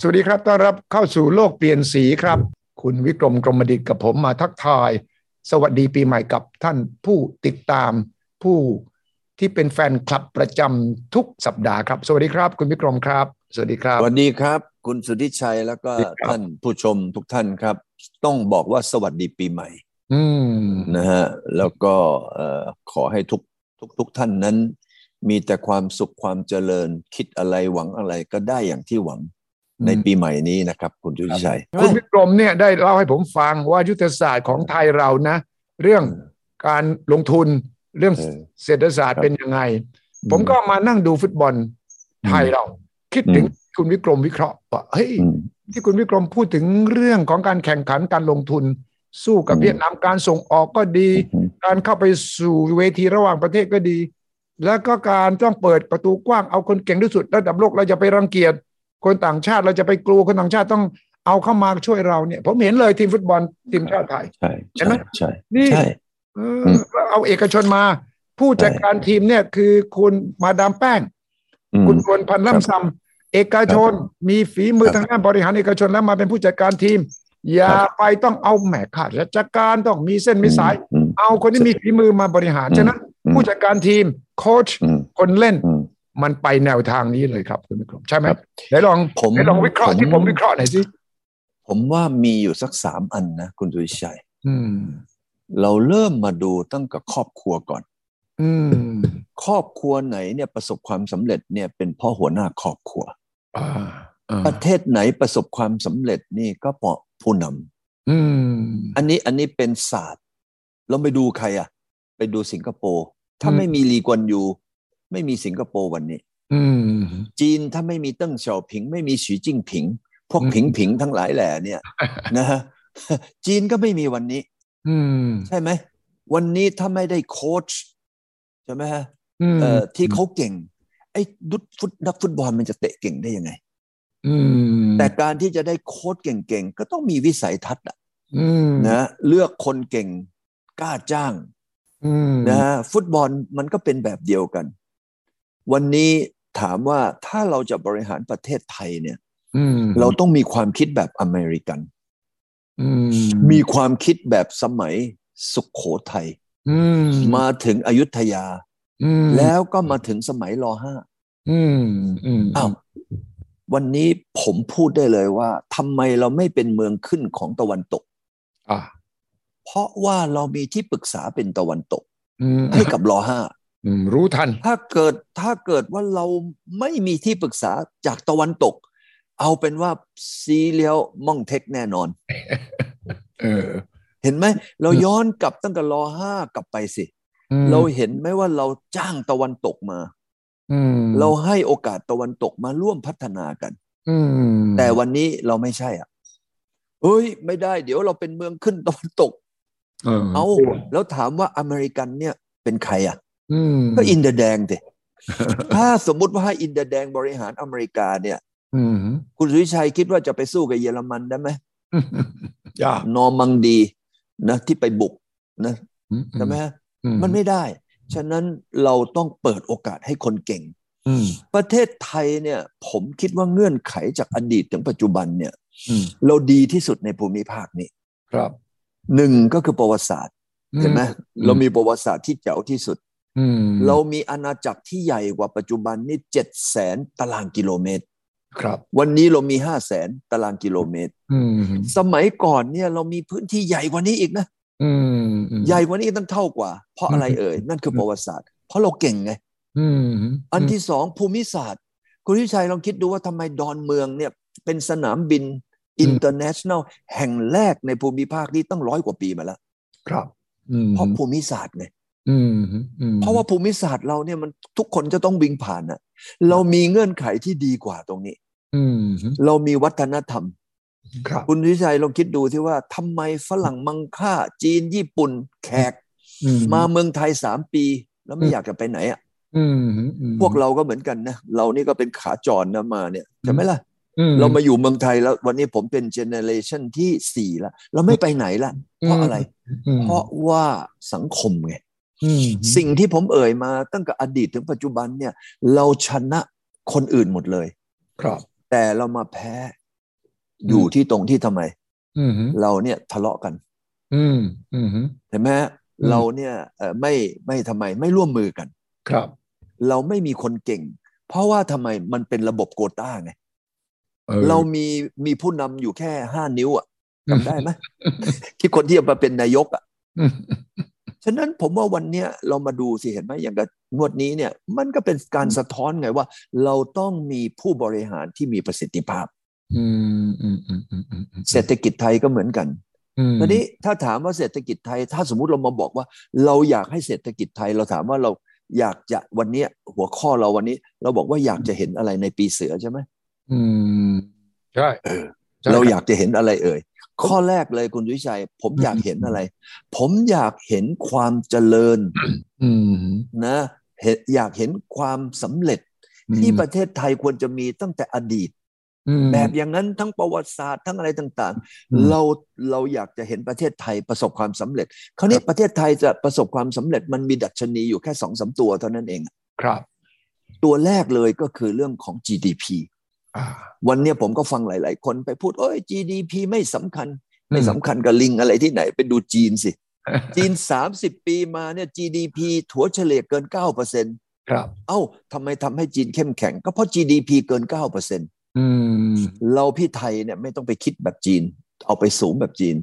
สวัสดีครับ ต้อนรับเข้าสู่โลกเปลี่ยนสีครับ คุณวิกรมกรมดิตกับผมมาทักทาย สวัสดีปีใหม่กับท่านผู้ติดตามผู้ที่เป็นแฟนคลับประจำทุกสัปดาห์ครับ สวัสดีครับ คุณวิกรมครับ สวัสดีครับ สวัสดีครับ คุณสุทธิชัยแล้วก็ สวัสดีครับ ท่านผู้ชมทุกท่านครับ ต้องบอกว่าสวัสดีปีใหม่ อืม นะฮะแล้วก็เอ่อขอให้ทุกทุกทุกท่านนั้น มีแต่ความสุขความเจริญคิดอะไรหวังอะไรก็ได้อย่างที่หวังในปีใหม่นี้นะครับ คุณสุทธิชัย คุณวิกรมเนี่ยได้เล่าให้ผมฟังว่ายุทธศาสตร์ของไทยเรานะ เรื่องการลงทุนเรื่อง เออ เศรษฐศาสตร์ ครับ เป็นยังไง ผมก็มานั่งดูฟุตบอลไทยเรา คิดถึงคุณวิกรมวิเคราะห์ว่าเฮ้ย อืม ที่คุณวิกรมพูดถึงเรื่องของการแข่งขันการลงทุน สู้กับ อืม เวียดนามการส่งออกก็ดี อืม การเข้าไปสู่เวทีระหว่างประเทศก็ดี แล้วก็การต้องเปิดประตูกว้างเอาคนเก่งที่สุดระดับโลกเราจะไปรังเกียจ คนต่างชาติเราจะไปกลัวคนต่างชาติต้องเอาเข้ามาช่วยเราเนี่ย ผมเห็นเลยทีมฟุตบอลทีมชาติไทย ใช่ เห็นไหม ใช่ใช่ นี่ ใช่ เออ อืม แล้วเอาเอกชนมา ผู้จัดการทีมเนี่ยคือคุณมาดามแป้ง อืม คุณชวนพันธ์ล่ำซำเอกชนมีฝีมือทางด้านบริหารเอกชนแล้วมาเป็นผู้จัดการทีม อย่า ครับ ไปต้องเอาแหมขาดราชการต้องมีเส้นมีสาย อืม เอาคนที่มีฝีมือมาบริหาร อืม ฉะนั้น อืม ผู้จัดการทีมโค้ช อืม คนเล่น อืม มันไปแนวทางนี้เลยครับคุณผู้ชมใช่ไหม ครับ ไหนลอง ผม ไหนลองวิเคราะห์ ผม ที่ผมวิเคราะห์หน่อยสิ ผมว่ามีอยู่สักสามอันนะ คุณสุทธิชัย อืม เราเริ่มมาดูตั้งแต่ครอบครัวก่อน อืม ครอบครัวไหนเนี่ยประสบความสำเร็จเนี่ยเป็นเพราะหัวหน้าครอบครัว อ่าอ่า ประเทศไหนประสบความสำเร็จนี่ก็เพราะผู้นำ อืม อันนี้อันนี้เป็นศาสตร์เราไปดูใครอะไปดูสิงคโปร์ถ้าไม่มีลีกวนยูไม่มีสิงคโปร์วันนี้ อืม จีนถ้าไม่มีเติ้งเสี่ยวผิง ไม่มีสีจิ้งผิง พวก อืม ผิงผิงทั้งหลายแหล่เนี่ย นะ ฮะจีนก็ไม่มีวันนี้ อืม ใช่ไหมวันนี้ถ้าไม่ได้โค้ชใช่ไหมฮะ อืม เอ่อที่เขาเก่ง ไอ้ดุดฟุตนักฟุตบอลมันจะเตะเก่งได้ยังไง อืม แต่การที่จะได้โค้ชเก่งๆ ก็ต้องมีวิสัยทัศน์อะ อืม นะเลือกคนเก่งกล้าจ้าง อืม นะฮะฟุตบอลมันก็เป็นแบบเดียวกัน วันนี้ถามว่าถ้าเราจะบริหารประเทศไทยเนี่ย อืม เราต้องมีความคิดแบบอเมริกัน อื มีความคิดแบบสมัยสุขโขทัย อืม มาถึงอยุธยา อืม แล้วก็มาถึงสมัยรห้า อืมอืม อ้าววันนี้ผมพูดได้เลยว่าทำไมเราไม่เป็นเมืองขึ้นของตะวันตก อ่ะ เพราะว่าเรามีที่ปรึกษาเป็นตะวันตก อืม ให้กับรอห้า อืมรู้ทัน ถ้าเกิดถ้าเกิดว่าเราไม่มีที่ปรึกษาจากตะวันตก เอาเป็นว่าซีเรียลมองเทคแน่นอน เออ เห็นไหม เรา อืม ย้อนกลับตั้งแต่รอห้ากลับไปสิ อืม เราเห็นไหมว่าเราจ้างตะวันตกมา อืม เราให้โอกาสตะวันตกมาร่วมพัฒนากัน อืม แต่วันนี้เราไม่ใช่อ่ะ เฮ้ย ไม่ได้ เดี๋ยวเราเป็นเมืองขึ้นตะวันตก เออ เอาแล้วถามว่าอเมริกันเนี่ยเป็นใครอ่ะ อืม ก็อินเดยแดง สิถ้าสมมุติว่าให้อินเดยแดงบริหารอเมริกาเนี่ย อืม คุณสุวิชัยคิดว่าจะไปสู้กับเยอรมันได้ไหม ยาน อร์มังดีนะที่ไปบุกนะใช่ไหมฮะ อื มันไม่ได้ ฉะนั้นเราต้องเปิดโอกาสให้คนเก่ง อืม ประเทศไทยเนี่ย ผมคิดว่าเงื่อนไขจากอดีตถึงปัจจุบันเนี่ย อืม เราดีที่สุดในภูมิภาคนี้ ครับ หนึ่งก็คือประวัติศาสตร์ อื เห็นไหม อืม เรามีประวัติศาสตร์ที่เจ๋วที่สุด อืม เรามีอาณาจักรที่ใหญ่กว่าปัจจุบันนี่เจ็ดแสนตารางกิโลเมตร ครับ วันนี้เรามีห้าแสนตารางกิโลเมตร อืม สมัยก่อนเนี่ยเรามีพื้นที่ใหญ่กว่านี้อีกนะ อืม ใหญ่กว่านี้ตั้งเท่ากว่า เพราะอะไรเอ่ยนั่นคือประวัติศาสตร์ เพราะเราเก่งไง อืม อันที่สองภูมิศาสตร์ คุณทิชัยลองคิดดูว่าทำไมดอนเมืองเนี่ยเป็นสนามบินอินเตอร์เนชั่นแนลแห่งแรกในภูมิภาคที่ตั้งร้อยกว่าปีมาแล้ว ครับอืม เพราะภูมิศาสตร์ไง อืมอืม เพราะว่าภูมิศาสตร์เราเนี่ยมันทุกคนจะต้องวิ่งผ่านน่ะ เรามีเงื่อนไขที่ดีกว่าตรงนี้ อืม เรามีวัฒนธรรม ครับ คุณวิชัยลองคิดดูที่ว่าทำไมฝรั่งมังค่า จีนญี่ปุ่นแขก อื มาเมืองไทยสามปี แล้วไม่อยากจะไปไหนอ่ะ อืม พวกเราก็เหมือนกันนะเรานี่ก็เป็นขาจรนะมาเนี่ยใช่ไหมล่ะ อื เรามาอยู่เมืองไทยแล้ววันนี้ผมเป็นเจเนเรชันที่สี่ละเราไม่ไปไหนละเพราะอะไร อืม เพราะว่าสังคมไง อืม สิ่งที่ผมเอ่ยมาตั้งแต่อดีตถึงปัจจุบันเนี่ย เราชนะคนอื่นหมดเลย ครับ แต่เรามาแพ้อยู่ที่ตรงที่ทำไม อืมฮึ เราเนี่ยทะเลาะกัน อืมอืมฮึ เห็นไหมฮะ อืม เราเนี่ยเอ่อไม่ไม่ทำไมไม่ร่วมมือกัน ครับ เราไม่มีคนเก่ง เพราะว่าทำไมมันเป็นระบบโกต้าไง ออ เรามีมีผู้นำอยู่แค่ห้านิ้วอะจำได้ไหม ที่คนที่จะมาเป็นนายกอะ อืม ฉะนั้นผมว่าวันเนี้ยเรามาดูสิเห็นไหมอย่างกับงวดนี้เนี่ย มันก็เป็นการ อืม สะท้อนไงว่า เราต้องมีผู้บริหารที่มีประสิทธิภาพ อืมอืมอืมอืมอืมอืม เศรษฐกิจไทยก็เหมือนกัน อืม ทีนี้ถ้าถามว่าเศรษฐกิจไทย ถ้าสมมุติเรามาบอกว่า เราอยากให้เศรษฐกิจไทย เราถามว่าเราอยากจะวันเนี้ยหัวข้อเราวันนี้ เราบอกว่าอยากจะเห็นอะไรในปีเสือใช่ไหม อืมใช่ เออ ใช่ เรา คบ อยากจะเห็นอะไรเอ่ย ข้อแรกเลยคุณวิชัย ผม อืม อยากเห็นอะไร ผมอยากเห็นความเจริญ อืมฮึ นะเห็นอยากเห็นความสำเร็จ ที่ประเทศไทยควรจะมีตั้งแต่อดีต อืม แบบอย่างนั้นทั้งประวัติศาสตร์ทั้งอะไรต่าง อืม ๆ เราเราอยากจะเห็นประเทศไทยประสบความสำเร็จ คราวนี้ ครับ ประเทศไทยจะประสบความสำเร็จมันมีดัชนีอยู่แค่สองสามตัวเท่านั้นเอง ครับ ตัวแรกเลยก็คือเรื่องของ GDP อ่า วันเนี้ยผมก็ฟังหลาย ๆ คนไปพูดเอ้ย GDP ไม่สำคัญ ไม่ อืม สำคัญกับลิงอะไรที่ไหนไปดูจีนสิ จีน 30 ปีมาเนี่ย GDP ถัวเฉลี่ยเกิน 9% ครับ เอ้าทำไมทำให้จีนเข้มแข็ง ก็เพราะ GDP เกิน 9% อืม เราพี่ไทยเนี่ยไม่ต้องไปคิดแบบจีน เอาไปสูงแบบจีน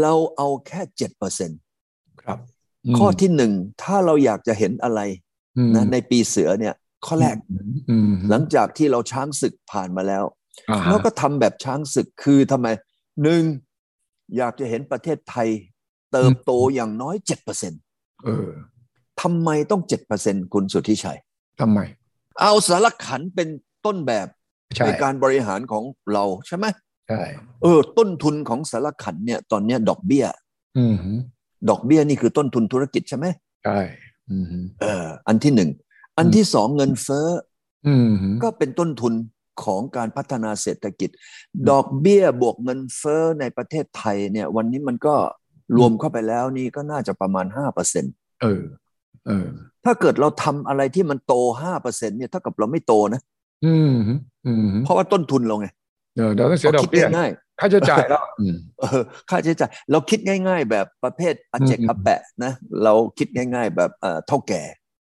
เราเอาแค่เจ็ดเปอร์เซ็น ครับ ข้อที่หนึ่งถ้าเราอยากจะเห็นอะไร อืม นะในปีเสือเนี่ยข้อแรก อืม หลังจากที่เราช้างศึกผ่านมาแล้ว อ่าฮะ เราก็ทำแบบช้างศึกคือทำไมหนึ่งอยากจะเห็นประเทศไทย เติบโตอย่างน้อยเจ็ดเปอร์เซ็น เออ ทำไมต้องเจ็ดเปอร์เซ็นคุณสุทธิชัย ทำไม เอาสารขันเป็นต้นแบบ ใช่ ในการบริหารของเราใช่ไหม ใช่ เออต้นทุนของสารขันเนี่ยตอนเนี้ยดอกเบี้ย อืมฮึ ดอกเบี้ยนี่คือต้นทุนธุรกิจใช่ไหม ใช่อืมฮึ เอออันที่หนึ่งอันที่สองเงินเฟ้อ อืมฮึ ก็เป็นต้นทุนของการพัฒนาเศรษฐกิจ ดอกเบี้ยบวกเงินเฟ้อในประเทศไทยเนี่ยวันนี้มันก็รวมเข้าไปแล้วนี่ก็น่าจะประมาณ 5% เออ เออ ถ้าเกิดเราทำอะไรที่มันโต 5%เนี่ยเท่ากับเราไม่โตนะ อืมฮึอืมฮึ เพราะว่าต้นทุนเราไง เออเราต้องเสียด เรา อก คิด เบี้ย ง่าย ค่าใช้จ่ายแล้ว อืม ๆเออค่าใช้จ่ายเราคิดง่าย ๆ แบบประเภทอาเจกอาแปะนะเราคิดง่าย ๆ แบบเอ่อเท่าแก่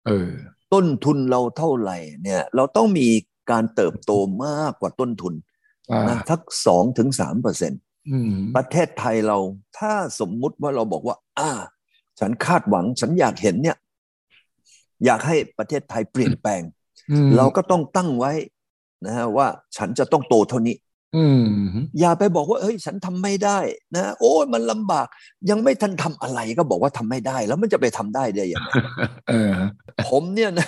เออ ต้นทุนเราเท่าไหร่เนี่ยเราต้องมีการเติบโตมากกว่าต้นทุน อ่า นะทักสองถึงสามเปอร์เซ็น อืม ประเทศไทยเราถ้าสมมุติว่าเราบอกว่า อ่า ฉันคาดหวังฉันอยากเห็นเนี่ย อยากให้ประเทศไทยเปลี่ยนแปลง อืม เราก็ต้องตั้งไว้นะฮะว่าฉันจะต้องโตเท่านี้ อืมฮึ อย่าไปบอกว่าเฮ้ย ฉันทำไม่ได้ นะโอ้ยมันลำบาก ยังไม่ทันทำอะไรก็บอกว่าทำไม่ได้ แล้วมันจะไปทำได้ได้ยังไง เออฮะ ผมเนี่ยนะ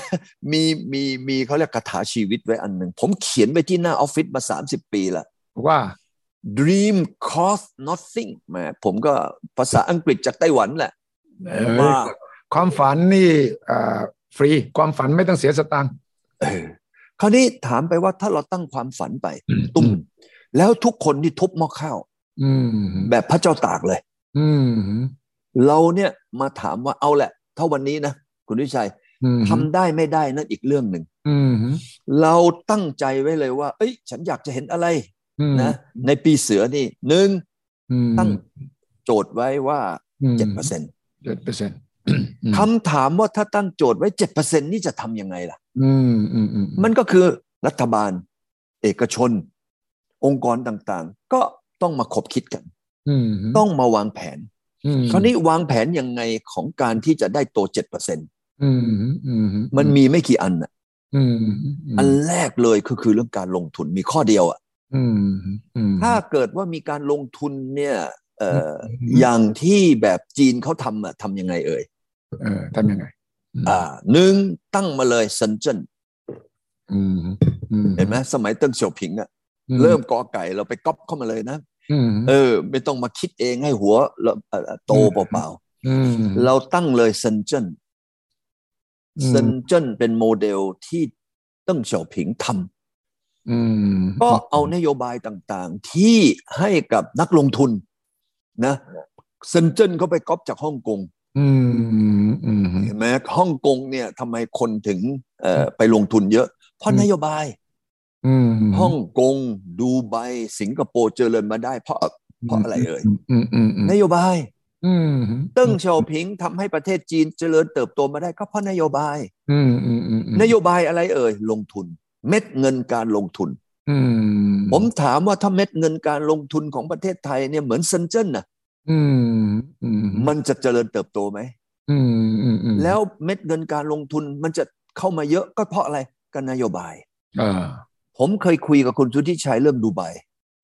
มีมีมีเขาเรียกคาถาชีวิตไว้อันหนึ่ง ผมเขียนไว้ที่หน้าออฟฟิศมา 30 ปีละ ว่า dream cost nothing แหมผมก็ภาษาอังกฤษจากไต้หวันแหละ เออ ว่า ความฝันนี่อ่าฟรี ความฝันไม่ต้องเสียสตังค์ เออคราวนี้ถามไปว่าถ้าเราตั้งความฝันไป ตุ้ ตุ้ ม แล้วทุกคนนี่ทุบหม้อข้าว อืมฮึ แบบพระเจ้าตากเลย อืมฮึ เราเนี่ยมาถามว่าเอาแหละ ถ้าวันนี้นะ คุณวิชัย อืมฮึ ทำได้ไม่ได้นั่นอีกเรื่องหนึ่ง อืมฮึ เราตั้งใจไว้เลยว่า เอ้ย ฉันอยากจะเห็นอะไร อืม นะในปีเสือนี่หนึ่ง อืม ตั้งโจทย์ไว้ว่า อืม เจ็ดเปอร์เซ็นต์ เจ็ดเปอร์เซ็นต์ คำถามว่าถ้าตั้งโจทย์ไว้เจ็ดเปอร์เซ็นต์นี่จะทำยังไงล่ะ อืมอืมอืม มันก็คือรัฐบาล เอกชน องค์กรต่างๆ ก็ต้องมาขบคิดกัน อืมฮึ ต้องมาวางแผน อืม คราวนี้วางแผนยังไงของการที่จะได้โตเจ็ดเปอร์เซ็นต์ อืมฮึอืมฮึ มันมีไม่กี่อันน่ะ อืมฮึ อันแรกเลยก็คือเรื่องการลงทุนมีข้อเดียวอ่ะ อืมฮึอืมฮึ ถ้าเกิดว่ามีการลงทุนเนี่ยเอ่ออ ม อย่างที่แบบจีนเขาทำอ่ะทำยังไงเอ่ย เออทำยังไง อ่าหนึ่งตั้งมาเลยเซนเจิ้น อืมฮึอื เห็นไหมสมัยเติ้งเสี่ยวผิงอะ อื เริ่มกอไก่เราไปก๊อปเข้ามาเลยนะ อืม เออ ไม่ต้องมาคิดเองให้หัวเราเอ่อโตเปล่า อืม ๆเราตั้งเลยเซนเจิ้น อืม เซนเจิ้นเป็นโมเดลที่เติ้งเสี่ยวผิงทำ อืม ก็เอานโยบายต่างๆ ที่ให้กับนักลงทุนนะเซนเจิ้นเขาไปก๊อปจากฮ่องกง อืมอืมอืมฮึ เห็นไหมฮ่องกงเนี่ยทำไมคนถึงเอ่อไปลงทุนเยอะ เพราะ อืม นโยบาย อืม ฮ่องกงดูไบสิงคโปร์เจริญมาได้เพราะเพราะอะไรเอ่ย อืมอืมอืม นโยบาย อืม เติ้งเฉาผิงทำให้ประเทศจีนเจริญเติบโตมาได้ก็เพราะนโยบาย อืมอืมอืม นโยบายอะไรเอ่ยลงทุน เม็ดเงินการลงทุน อืม ผมถามว่าถ้าเม็ดเงินการลงทุนของประเทศไทยเนี่ยเหมือนเซนเจิ้นน่ะ อืมอืม มันจะเจริญเติบโตไหม อืมอืมอืม แล้วเม็ดเงินการลงทุนมันจะเข้ามาเยอะก็เพราะอะไรก็นโยบาย อ่า ผมเคยคุยกับคุณสุทธิชัยเรื่องดูไบ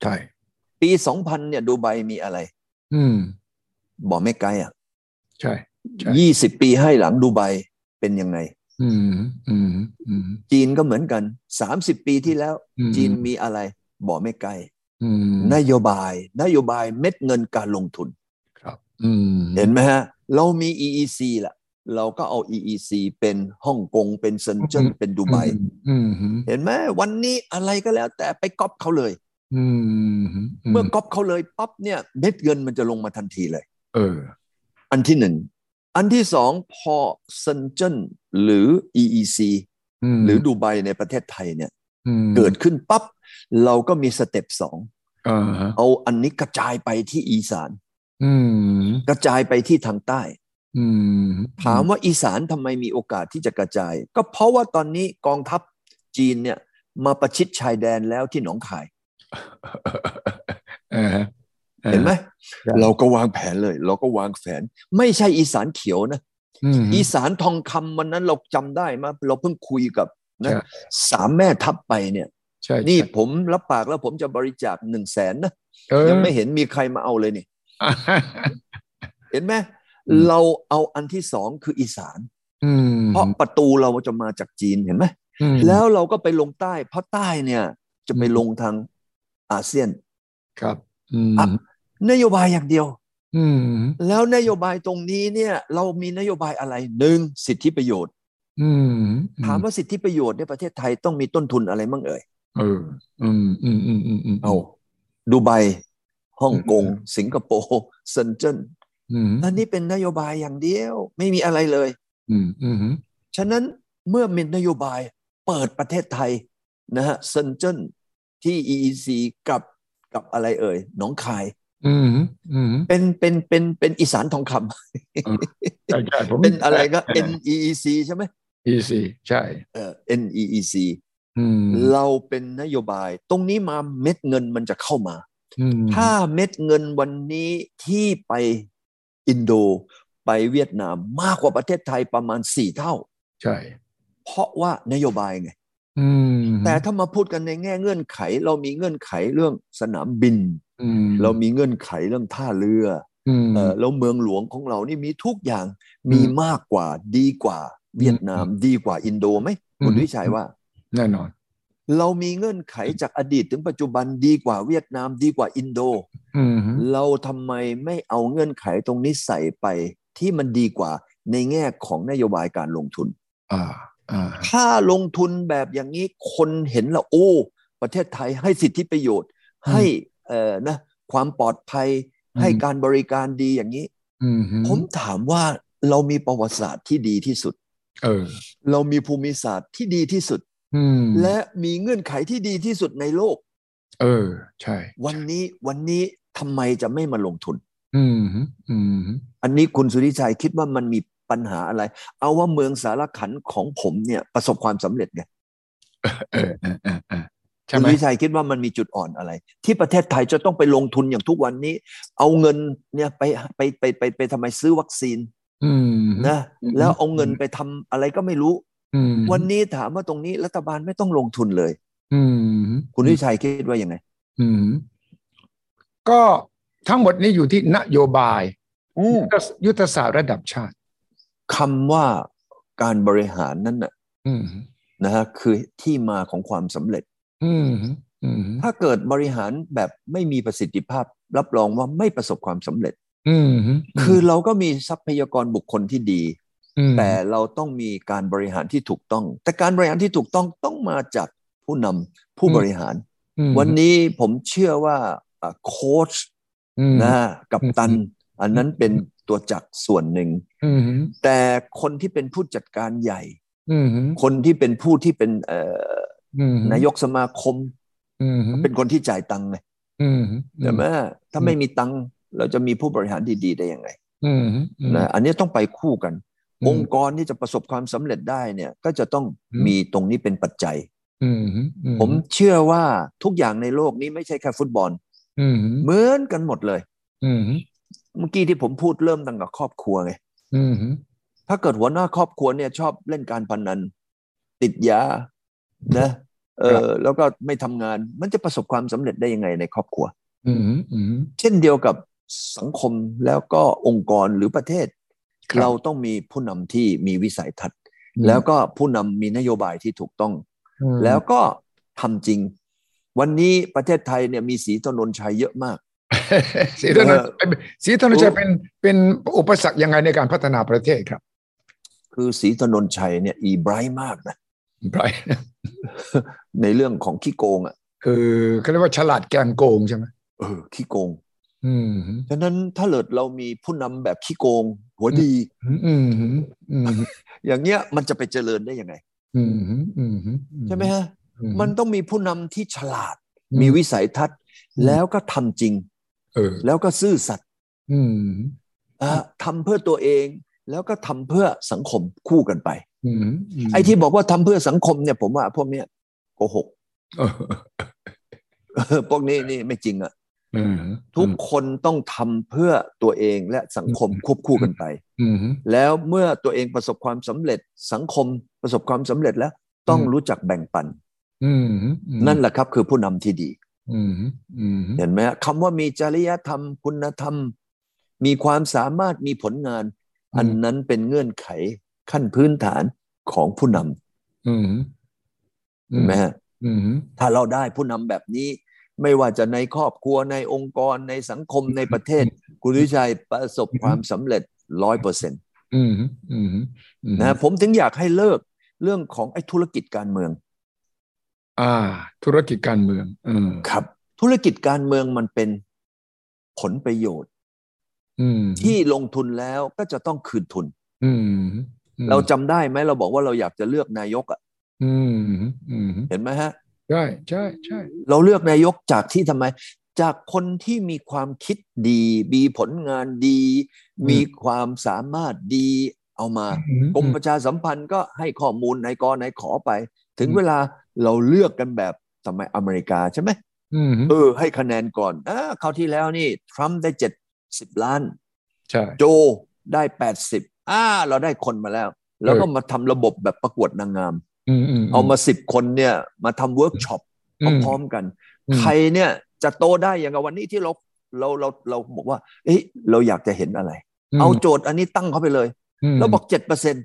ใช่ ปี 2000เนี่ยดูไบมีอะไร อืม บอกไม่ไกลอ่ะ ใช่ ใช่ 20 ปีให้หลังดูไบเป็นยังไง อืมอืมอืม จีนก็เหมือนกัน 30 ปีที่แล้ว อืม จีนมีอะไรบอกไม่ไกล อืม นโยบาย นโยบายเม็ดเงินการลงทุน อืม เห็นไหมฮะ เรามี EEC ละเราก็เอา EEC เป็นฮ่องกงเป็นเซนเจิ้นเป็นดูไบ อืม เห็นไหมวันนี้อะไรก็แล้วแต่ไปก๊อปเขาเลย อืม เมื่อก๊อปเขาเลยปั๊บเนี่ยเม็ดเงินมันจะลงมาทันทีเลย เออ อันที่หนึ่ง อันที่สองพอเซนเจิ้นหรือ EEC หรือดูไบในประเทศไทยเนี่ย เกิดขึ้นปั๊บเราก็มีสเต็ปสอง อ่าฮะ เอาอันนี้กระจายไปที่อีสาน อืม กระจายไปที่ทางใต้ อืม ถามว่าอีสานทำไมมีโอกาสที่จะกระจาย ก็เพราะว่าตอนนี้กองทัพจีนเนี่ยมาประชิดชายแดนแล้วที่หนองคาย อ่าฮะ เห็นไหม ครับ เราก็วางแผนเลย เราก็วางแผน ไม่ใช่อีสานเขียวนะ อืม อีสานทองคำวันนั้นเราจำได้มาเราเพิ่งคุยกับนะ ใช่ สามแม่ทัพไปเนี่ย ใช่ นี่ ใช่ ผมรับปากแล้วผมจะบริจาคหนึ่งแสนนะ เออ ยังไม่เห็นมีใครมาเอาเลยนี่ เห็นไหมเราเอาอันที่สองคืออีสาน อืม เพราะประตูเราจะมาจากจีนเห็นไหม อืม แล้วเราก็ไปลงใต้ เพราะใต้เนี่ยจะไป อืม ลงทางอาเซียน ครับ อืม อ่ะ นโยบายอย่างเดียว อืม แล้วนโยบายตรงนี้เนี่ยเรามีนโยบายอะไรหนึ่งสิทธิประโยชน์ อืม ถามว่าสิทธิประโยชน์ในประเทศไทยต้องมีต้นทุนอะไรมั่งเอ่ย เอออืมอืมอืมอืมอืม เอาดูไบฮ่องกง สิงคโปร์เซนเจิ้น อืม นั่นนี่เป็นนโยบายอย่างเดียว ไม่มีอะไรเลย อืมอืม ฉะนั้นเมื่อมีนโยบายเปิดประเทศไทยนะฮะเซนเจิ้นที่ EEC กับกับอะไรเอ่ยหนองคาย อืมอืม เป็นเป็นเป็นเป็นอีสานทองคำ ใช่ใช่ ผม เป็นอะไรก็ NEEC ใช่ไหม อีซีใช่ เออ NEEC อืม เราเป็นนโยบาย ตรงนี้มาเม็ดเงินมันจะเข้ามา อืม ถ้าเม็ดเงินวันนี้ที่ไปอินโดไปเวียดนามมากกว่าประเทศไทยประมาณ 4 เท่า ใช่ เพราะว่านโยบายไง อืม แต่ถ้ามาพูดกันในแง่เงื่อนไข เรามีเงื่อนไขเรื่องสนามบิน อืม เรามีเงื่อนไขเรื่องท่าเรือ อืม เอ่อแล้วเมืองหลวงของเรานี่มีทุกอย่างมีมากกว่าดีกว่า เวียดนามดีกว่าอินโดไหมคุณ อืม วิชัยว่า แน่นอน เรามีเงื่อนไขจากอดีตถึงปัจจุบันดีกว่าเวียดนามดีกว่าอินโด อืม เราทำไมไม่เอาเงื่อนไขตรงนี้ใส่ไปที่มันดีกว่าในแง่ของนโยบายการลงทุน อ่าอ่า ถ้าลงทุนแบบอย่างนี้คนเห็นและโอ้ ประเทศไทยให้สิทธิประโยชน์ อืม ให้เอ่อนะความปลอดภัย อืม ให้การบริการดีอย่างนี้ อืม ผมถามว่าเรามีประวัติศาสตร์ที่ดีที่สุด เออ เรามีภูมิศาสตร์ที่ดีที่สุด อืม และมีเงื่อนไขที่ดีที่สุดในโลก เออ ใช่ วันนี้วันนี้ทำไมจะไม่มาลงทุน อืมอืม อันนี้คุณสุริชัยคิดว่ามันมีปัญหาอะไร เอาว่าเมืองสารขันของผมเนี่ยประสบความสำเร็จไง เออเออเออเออใช่ คุณ ไหม สุริชัยคิดว่ามันมีจุดอ่อนอะไร ที่ประเทศไทยจะต้องไปลงทุนอย่างทุกวันนี้ เอาเงินเนี่ยไปไปไปไปไปทำไมซื้อวัคซีน อืม นะ อืม แล้วเอาเงินไปทำอะไรก็ไม่รู้ อืม วันนี้ถามว่าตรงนี้รัฐบาลไม่ต้องลงทุนเลย อืม คุณวิชัยคิดว่ายังไง อืมก็ทั้งหมดนี้อยู่ที่นโยบายยุทธศาสตร์ระดับชาติ คำว่าการบริหารนั่นน่ะ อืม นะฮะคือที่มาของความสำเร็จ อืมอืม ถ้าเกิดบริหารแบบไม่มีประสิทธิภาพ รับรองว่าไม่ประสบความสำเร็จ อืม คือเราก็มีทรัพยากรบุคคลที่ดี ม แต่เราต้องมีการบริหารที่ถูกต้อง แต่การบริหารที่ถูกต้องต้องมาจากผู้นำผู้บริหาร อืม วันนี้ผมเชื่อว่าอ่ะโค้ช อืม นะฮะกับตัน อืม อันนั้นเป็นตัวจักรส่วนหนึ่ง อืม แต่คนที่เป็นผู้จัดการใหญ่ อืม คนที่เป็นผู้ที่เป็นเอ่อ อืม นายกสมาคม อืม เป็นคนที่จ่ายตังค์ไง อืม ใช่ไหมถ้าไม่มีตังค์เราจะมีผู้บริหารดีๆได้ยังไง อืมอืม นะอันนี้ต้องไปคู่กัน อืม องค์กรที่จะประสบความสำเร็จได้เนี่ยก็จะต้อง อืม มีตรงนี้เป็นปัจจัย อืมอื ผมเชื่อว่าทุกอย่างในโลกนี้ไม่ใช่แค่ฟุตบอล อืม เหมือนกันหมดเลย อืม เมื่อกี้ที่ผมพูดเริ่มตั้งแต่ครอบครัวไง อืม ถ้าเกิดหัวหน้าครอบครัวเนี่ยชอบเล่นการพนัน ติดยานะเออแล้วก็ไม่ทำงานมันจะประสบความสำเร็จได้ยังไงในครอบครัว อืมอืม เช่นเดียวกับสังคมแล้วก็องค์กรหรือประเทศ ครับ เราต้องมีผู้นำที่มีวิสัยทัศน์ แล้วก็ผู้นำมีนโยบายที่ถูกต้อง แล้วก็ทำจริง วันนี้ประเทศไทยเนี่ยมีสีถนนชัยเยอะมาก สีธนชัยสีธนชัยเป็นเป็นอุปสรรคยังไงในการพัฒนาประเทศครับ คือสีถนนชัยเนี่ยอีไบรท์มากนะ ไบรท์ ในเรื่องของขี้โกงอ่ะ คือเขาเรียกว่าฉลาดแกนโกงใช่ไหม เออขี้โกง อืม ฉะนั้นถ้าเกิดเรามีผู้นำแบบขี้โกง หัวดี อืมอืม อย่างเงี้ยมันจะไปเจริญได้ยังไง อืมอืม ใช่ไหมฮะ มันต้องมีผู้นำที่ฉลาด มีวิสัยทัศน์ อืม แล้วก็ทำจริง เออ แล้วก็ซื่อสัตย์ อืม อ่ะทำเพื่อตัวเอง แล้วก็ทำเพื่อสังคมคู่กันไป อืม ไอ้ที่บอกว่าทำเพื่อสังคมเนี่ยผมว่าพวกเนี้ยโกหก พวกนี้นี่ไม่จริงอะทุกคนต้องทำเพื่อตัวเองและสังคมควบคู่กันไป อืม แล้วเมื่อตัวเองประสบความสำเร็จสังคมประสบความสำเร็จแล้ว ต้อง อืม รู้จักแบ่งปัน อืม นั่นแหละครับคือผู้นำที่ดี อืมอืม เห็นไหมคำว่ามีจริยธรรม คุณธรรม มีความสามารถมีผลงาน อืม อันนั้นเป็นเงื่อนไขขั้นพื้นฐานของผู้นำ อืม เห็นไหมฮะ อืม ถ้าเราได้ผู้นำแบบนี้ ไม่ว่าจะในครอบครัวในองค์กรในสังคมในประเทศ คุณวิชัยประสบความสำเร็จร้อยเปอร์เซ็นต์ อืมอืมอืม นะผมถึงอยากให้เลิกเรื่องของไอ้ธุรกิจการเมือง อ่า ธุรกิจการเมืองอืม ครับธุรกิจการเมืองมันเป็นผลประโยชน์ อืม ที่ลงทุนแล้วก็จะต้องคืนทุน อืม เราจำได้ไหมเราบอกว่าเราอยากจะเลือกนายกอะ อืมอืม เห็นไหมฮะ ใช่ใช่ใช่ เราเลือกนายกจากที่ทำไม จากคนที่มีความคิดดี มีผลงานดี มีความสามารถดีเอามา อืม กรมประชาสัมพันธ์ก็ให้ข้อมูลนายกนายขอไป ถึงเวลาเราเลือกกันแบบสมัยอเมริกาใช่ไหม อืม เออให้คะแนนก่อนอ่าคราวที่แล้วนี่ทรัมป์ได้เจ็ดสิบล้าน ใช่ โจได้แปดสิบอ่า เราได้คนมาแล้ว แล้วก็มาทำระบบแบบประกวดนางงาม อืมอืม เอามาสิบคนเนี่ย มาทำเวิร์กช็อปพร้อมๆกัน อืม ใครเนี่ยจะโตได้อย่างกับวันนี้ที่เราเราเราเราบอกว่า เอ้ยเราอยากจะเห็นอะไร ม เอาโจทย์อันนี้ตั้งเขาไปเลย ม แล้วบอกเจ็ดเปอร์เซ็น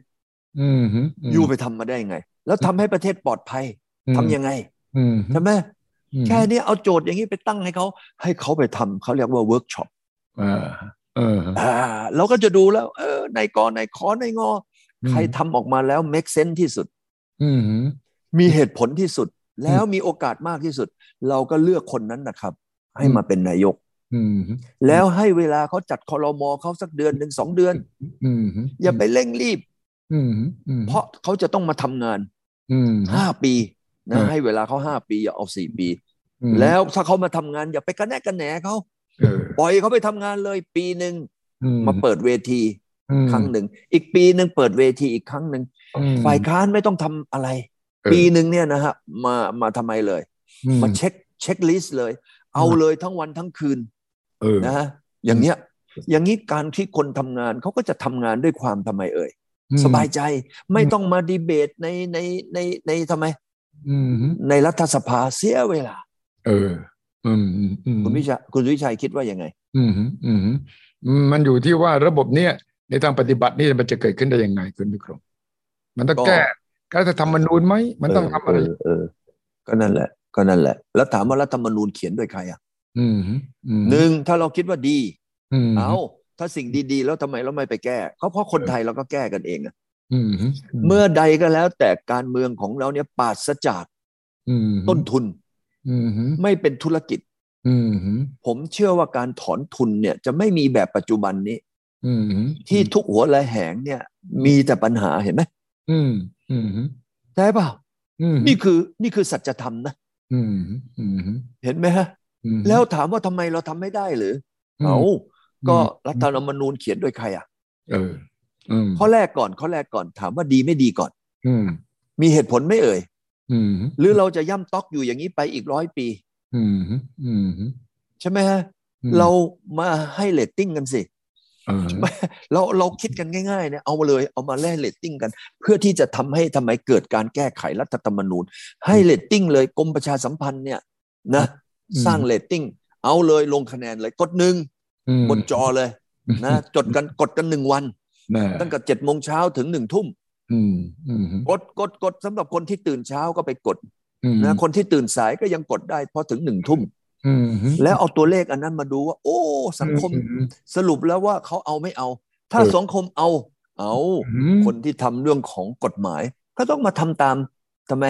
อืมอืม ยูไปทำมาได้ยังไง แล้วทำให้ประเทศปลอดภัยทำยังไง อืม ใช่ไหม อืม แค่นี้เอาโจทย์อย่างนี้ไปตั้งให้เขา ให้เขาไปทำเขาเรียกว่าเวิร์กช็อป อ่าเออ อ่าเราก็จะดูแล้ว เออนายกอนายขอนายงอ อืม ใครทำออกมาแล้ว make sense ที่สุด อืม มีเหตุผลที่สุด แล้วมีโอกาสมากที่สุด เราก็เลือกคนนั้นนะครับ ให้ อืม มาเป็นนายก อืม แล้วให้เวลาเขาจัดคอรมอเขาสักเดือนหนึ่งสองเดือน อืม อย่าไปเร่งรีบ อืมอืม เพราะเขาจะต้องมาทำงาน อืม ห้าปี อื นะ ม ให้เวลาเขาห้าปีอย่าเอาสี่ปี อืม แล้วถ้าเขามาทำงานอย่าไปกระแนกกระแหนเขา เออ ปล่อยเขาไปทำงานเลย ปีหนึ่ง อื มาเปิดเวที อืม ครั้งหนึ่งอีกปีหนึ่งเปิดเวทีอีกครั้งหนึ่ง อืม ฝ่ายค้านไม่ต้องทำอะไร เออ ปีหนึ่งเนี่ยนะฮะมามาทำไมเลย อืม มาเช็คเช็คลิสต์เลย เอา อืม เลยทั้งวันทั้งคืน เออ นะฮะอย่างเนี้ยอย่างนี้การที่คนทำงานเขาก็จะทำงานด้วยความทำไมเอ่ย สบายใจไม่ต้องมาดีเบตในในในในทำไม อืม ในรัฐสภาเสียเวลา เออ อืมอืมอืม คุณวิชาคุณวิชัยคิดว่ายังไง อืมอืมมันอยู่ที่ว่าระบบเนี้ยในทางปฏิบัตินี่มันจะเกิดขึ้นได้ยังไงคุณวิกรมมันต้อง ก็ แก้รัฐธรรมนูญไหมมันต้องทำอะไร เเออก็นั่นแหละ ก็นั่นแหละ แล้วถามว่ารัฐธรรมนูญเขียนด้วยใครอ่ะ อืมอืม หนึ่งถ้าเราคิดว่าดี ม เอาถ้าสิ่งดีๆ แล้วทำไมเราไม่ไปแก้ก็เพราะคนไทยเราก็แก้กันเองอะ อืม เมื่อใดก็แล้วแต่การเมืองของเราเนี่ยปราศจาก อืม ต้นทุน อืม ไม่เป็นธุรกิจ อืม ผมเชื่อว่าการถอนทุนเนี่ยจะไม่มีแบบปัจจุบันนี้ อืม ที่ทุกหัวระแหงเนี่ยมีแต่ปัญหาเห็นไหม อืมอืม ใช่เปล่า อืม นี่คือนี่คือสัจธรรมนะ อืมอืม เห็นไหมฮะ อืม แล้วถามว่าทำไมเราทำไม่ได้หรืออ ม เอาก็รัฐ อืม ธรรมนูญเขียนโดยใครอ่ะ เอออืม ข้อแรกก่อนข้อแรกก่อนถามว่าดีไม่ดีก่อน อืม มีเหตุผลไหม่เอ่ย อืม หรือเราจะย่ำต๊อกอยู่อย่างนี้ไปอีกร้อยปี อืมอืม ใช่ไหมฮะ เรามาให้เลตติ้งกันสิ เออ เราเราคิดกันง่ายๆเนี่ยเอามาเลยเอามาแลกเลตติ้งกัน เพื่อที่จะทำให้ทำไมเกิดการแก้ไขรัฐธรรมนูญ ให้เลตติ้งเลยกรมประชาสัมพันธ์เนี่ยนะสร้างเลตติ้งเอาเลยลงคะแนนเลยกดหนึ่ง อืม บนจอเลยนะจดกันกดกันหนึ่งวัน นะ ตั้งแต่เจ็ดโมงเช้าถึงหนึ่งทุ่ม อืมอืม กดกดกดสำหรับคนที่ตื่นเช้าก็ไปกด อืม นะคนที่ตื่นสายก็ยังกดได้พอถึงหนึ่งทุ่ม อืม แล้วเอาตัวเลขอันนั้นมาดูว่า โอ้สังคม อืม สรุปแล้วว่าเขาเอาไม่เอา ถ้า เออ สังคมเอาเอา อืม คนที่ทำเรื่องของกฎหมาย ก็ต้องมาทำตามทำไม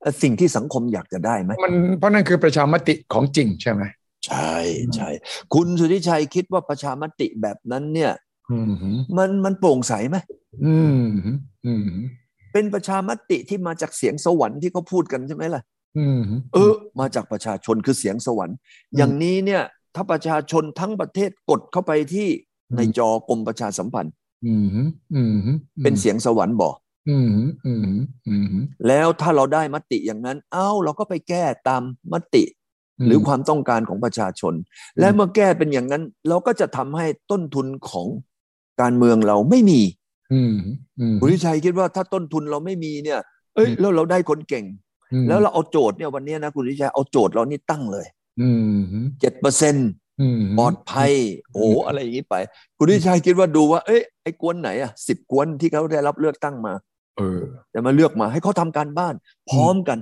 เอ่อสิ่งที่สังคมอยากจะได้ไหม มันเพราะนั่นคือประชามติของจริงใช่ไหม ใช่ใช่คุณสุทธิชัยคิดว่าประชามติแบบนั้นเนี่ย อืม มันมันโปร่งใสไหม อืมอืม เป็นประชามติที่มาจากเสียงสวรรค์ที่เขาพูดกันใช่ไหมล่ะ อืม เออมาจากประชาชนคือเสียงสวรรค์ อืม อย่างนี้เนี่ยถ้าประชาชนทั้งประเทศกดเข้าไปที่ อืม ในจอกรมประชาสัมพันธ์ อืมอืม เป็นเสียงสวรรค์บอก อืมอืมอืม แล้วถ้าเราได้มติอย่างนั้น เอ้าเราก็ไปแก้ตามมติ หรือความต้องการของประชาชน และเมื่อแก้เป็นอย่างนั้น เราก็จะทำให้ต้นทุนของการเมืองเราไม่มี อืมอืม คุณทิชัยคิดว่าถ้าต้นทุนเราไม่มีเนี่ย เอ้ย อืม แล้วเราได้คนเก่ง แล้วเราเอาโจทย์เนี่ยวันเนี้ยนะคุณทิชัยเอาโจทย์เรานี่ตั้งเลย อืม เจ็ดเปอร์เซ็น อืม ปลอดภัย โอ้ อืม อะไรอย่างนี้ไป คุณทิชัยคิดว่าดูว่า เอ้ยไอ้กวนไหนอ่ะสิบกวนที่เขาได้รับเลือกตั้งมา เออ แต่มาเลือกมาให้เขาทำการบ้าน พร้อมกัน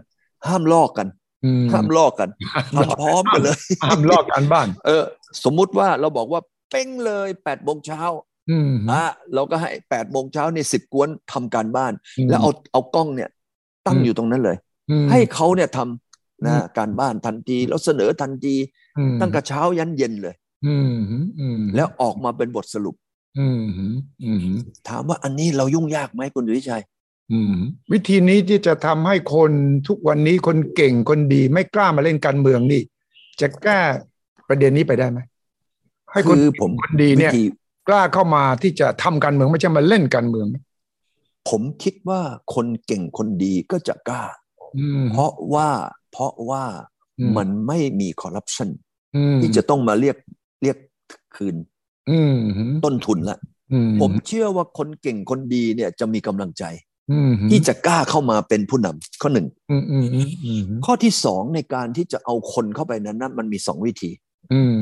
ห้ามลอกกัน อืม ห้ามลอกกันทำพร้อมกันเลย ห้ามลอกการบ้าน เออสมมุติว่าเราบอกว่าเป้งเลย8ปดโมงเช้า อืม อ่ะเราก็ให้8ปดโมงเช้านี่สิบกวนทำการบ้าน แล้วเอาเอากล้องเนี่ยตั้งอยู่ตรงนั้นเลย ให้เขาเนี่ยทำนะการบ้านทันทีแล้วเสนอทันทีตั้งแต่เช้ายันเย็นเลย อืมอืม แล้วออกมาเป็นบทสรุป อืมอืม ถามว่าอันนี้เรายุ่งยากไหมคุณวิชัย อืมวิธีนี้ที่จะทำให้คนทุกวันนี้คนเก่งคนดีไม่กล้ามาเล่นการเมืองนี่ จะแก้ประเด็นนี้ไปได้ไหมให้คน คือผม คนดี วิ เนี่ย ธี กล้าเข้ามาที่จะทำการเมืองไม่ใช่มาเล่นการเมือง ผมคิดว่าคนเก่งคนดีก็จะกล้า อืม เพราะว่าเพราะว่า อื มันไม่มีคอร์รัปชัน อืม ที่จะต้องมาเรียกเรียกคืน อืม ต้นทุนละ อื ผมเชื่อว่าคนเก่งคนดีเนี่ยจะมีกำลังใจ อืม ที่จะกล้าเข้ามาเป็นผู้นำข้อหนึ่ง อืมอืมอืมอืม ข้อที่สองในการที่จะเอาคนเข้าไปนั้นนะมันมีสองวิธี อืม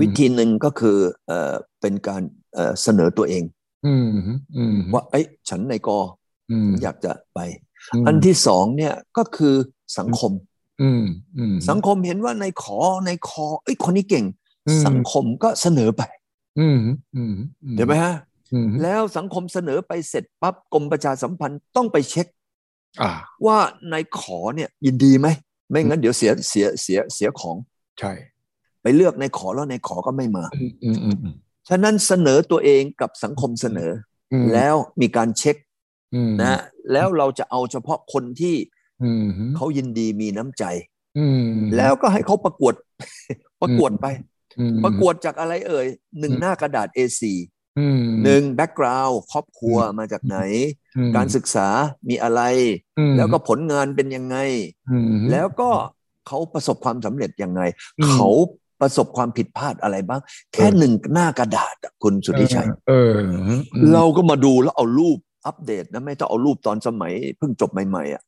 วิธีหนึ่งก็คือเอ่อเป็นการเอ่อเสนอตัวเอง อืมอืม ว่าเอ้ยฉันในกอ อืม ฉันอยากจะไป อันที่สองเนี่ยก็คือสังคม อืมอืม สังคมเห็นว่าในขอในคอเอ้ยคนนี้เก่ง อืม สังคมก็เสนอไป อืมอืม เห็นไหมฮะ อืม แล้วสังคมเสนอไปเสร็จปั๊บกรมประชาสัมพันธ์ต้องไปเช็ค อ่า ว่านายขอเนี่ยยินดีไหม ไม่งั้นเดี๋ยวเสียเสียเสียเสียของ ใช่ ไปเลือกนายขอแล้วนายขอก็ไม่มา อืมอืมอืม ฉะนั้นเสนอตัวเองกับสังคมเสนอ อื อ ม แล้วมีการเช็ค อืม นะแล้วเราจะเอาเฉพาะคนที่ อืม เขายินดีมีน้ำใจ อืม แล้วก็ให้เขาประกวด ประกวดไป อืม ประกวดจากอะไรเอ่ยหนึ่งหน้ากระดาษ A4 อืม หนึ่งแบ็กกราวด์ครอบครัว อืม มาจากไหน อืม การศึกษามีอะไร อืม แล้วก็ผลงานเป็นยังไง อืม แล้วก็เขาประสบความสำเร็จยังไง อืม เขาประสบความผิดพลาดอะไรบ้าง แค่หนึ่งหน้ากระดาษอะคุณสุทธิชัย เออออ เราก็มาดูแล้วเอารูปอัปเดตนะ ไม่ต้องเอารูปตอนสมัยเพิ่งจบใหม่ๆอ่ะ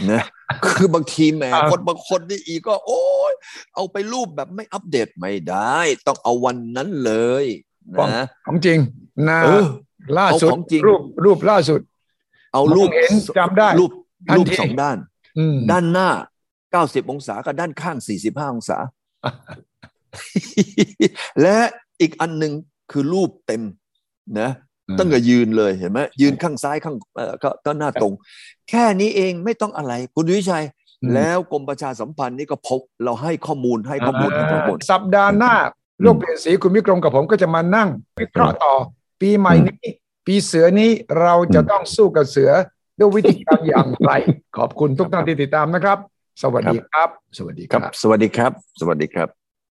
นะ คือบางทีแหม อ่า คนบางคนนี่อีกก็โอ้ยเอาไปรูปแบบไม่อัปเดตไม่ได้ ต้องเอาวันนั้นเลยนะ ของจริงนะ เออ ล่าสุด เอาของจริง รูปรูปล่าสุด เอารูป มองเห็นจำได้ รูป ทันที รูปสองด้าน อืม ด้านหน้า 90 องศากับด้านข้าง 45 องศา และอีกอันหนึ่งคือรูปเต็มนะตั้งแต่ยืนเลยเห็นไหมยืนข้างซ้ายข้างเอ่อก็ก็หน้าตรง แค่นี้เองไม่ต้องอะไรคุณวิชัย อืม แล้วกรมประชาสัมพันธ์นี่ก็พบเราให้ข้อมูลให้ข้อมูลให้ข้อมูล สัปดาห์หน้า โลกเปลี่ยนสีคุณวิกรมกับผมก็จะมานั่งวิเคราะห์ต่อ ปีใหม่นี้ ปีเสือนี้เราจะต้องสู้กับเสือ ด้วยวิธีการอย่างไร ขอบคุณทุกท่านที่ติดตามนะครับ สวัสดีครับ สวัสดี ครับ ครับ สวัสดีครับ สวัสดีครับ